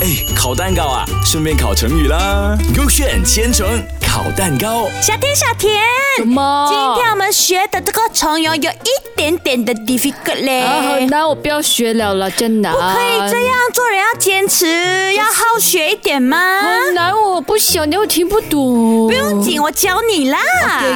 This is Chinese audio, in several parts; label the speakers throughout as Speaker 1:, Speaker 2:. Speaker 1: 哎，烤蛋糕啊，顺便烤成语啦。勾选千层烤蛋糕，
Speaker 2: 小田，小田，
Speaker 3: 什么
Speaker 2: 今天我们学的这个成语有一点点的 difficult 嘞。
Speaker 3: 啊，很难，我不要学了啦，真难。
Speaker 2: 不可以这样做人，要坚持，要好学一点嘛。
Speaker 3: 很难，哦我不想，我听不懂。
Speaker 2: 不用紧，我教你啦。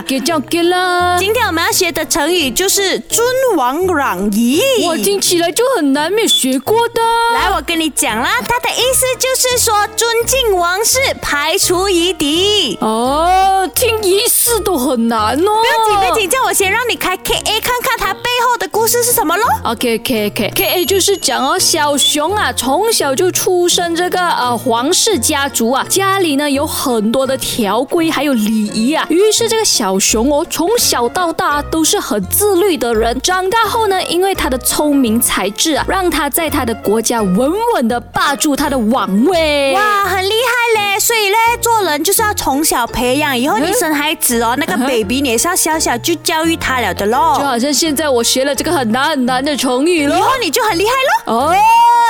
Speaker 3: 给给叫给啦。
Speaker 2: 今天我们要学的成语就是“尊王攘夷”。
Speaker 3: 我啊听起来就很难，没有学过的。
Speaker 2: 来，我跟你讲啦，它的意思就是说尊敬王室，排除夷狄。
Speaker 3: 哦，听一次都很难哦。
Speaker 2: 不用紧，不用紧，叫我先让你开 K A 看看它背后的故事是什么喽。
Speaker 3: OK OK OK K A 就是讲哦，小熊啊，从小就出身这个呃皇室家族啊，家里呢有很多的条规还有礼仪啊，于是这个小熊哦，从小到大都是很自律的人。长大后呢，因为他的聪明才智啊，让他在他的国家稳稳的霸住他的王位。
Speaker 2: 哇，很厉害嘞！所以嘞，做人就是要从小培养，以后你生孩子哦，那个 baby 你也是要小小就教育他了的
Speaker 3: 嗯就
Speaker 2: 喽。
Speaker 3: 好像现在我学了这个很难很难的成语
Speaker 2: 以
Speaker 3: 咯。
Speaker 2: 后你就很厉害喽。
Speaker 3: 哦，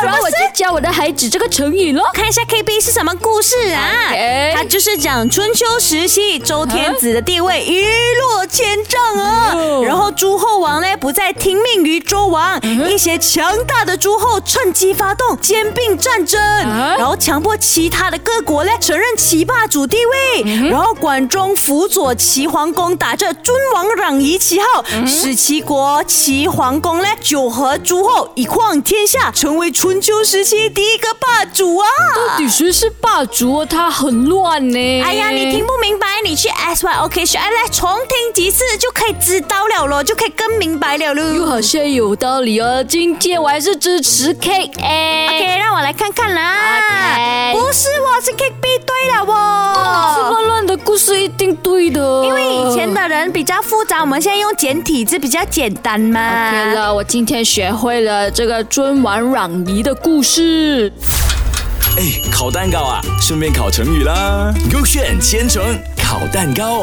Speaker 3: 然后
Speaker 2: 不
Speaker 3: 我
Speaker 2: 是
Speaker 3: 就教我的孩子这个成语咯。
Speaker 2: 看一下 KB 是什么故事啊
Speaker 3: OK
Speaker 2: 它就是讲春秋时期周天子的地位一落千丈啊
Speaker 3: 哦嗯
Speaker 2: 然后诸侯王呢不再听命于周王，一些强大的诸侯趁机发动兼并战争，
Speaker 3: 啊
Speaker 2: 然后强迫其他的各国呢承认其霸主地
Speaker 3: 嗯
Speaker 2: 位，然后管仲辅佐齐桓公打着尊王攘夷旗号，
Speaker 3: 嗯
Speaker 2: 使齐国齐桓公呢九合诸侯以匡天下，成为春秋时期第一个霸主啊！
Speaker 3: 到底谁是霸主哦？他很乱呢。
Speaker 2: 哎呀，你听不明白，你去 S Y O K 学，哎，来重听几次就可以知道了咯，就可以更明白了
Speaker 3: 又
Speaker 2: 喽。
Speaker 3: 好像有道理哦。今天我还是支持 K A。
Speaker 2: OK，让我来看看啦。
Speaker 3: OK
Speaker 2: 不是我，是 K B 对了
Speaker 3: 这
Speaker 2: 哦。
Speaker 3: 么乱的故事一定对的。
Speaker 2: 因为以前。的人比较复杂，我们现在用简体字比较简单嘛。
Speaker 3: 对了，我今天学会了这个尊王攘夷的故事。
Speaker 1: 哎，烤蛋糕啊，顺便烤成语啦。勾选千层烤蛋糕。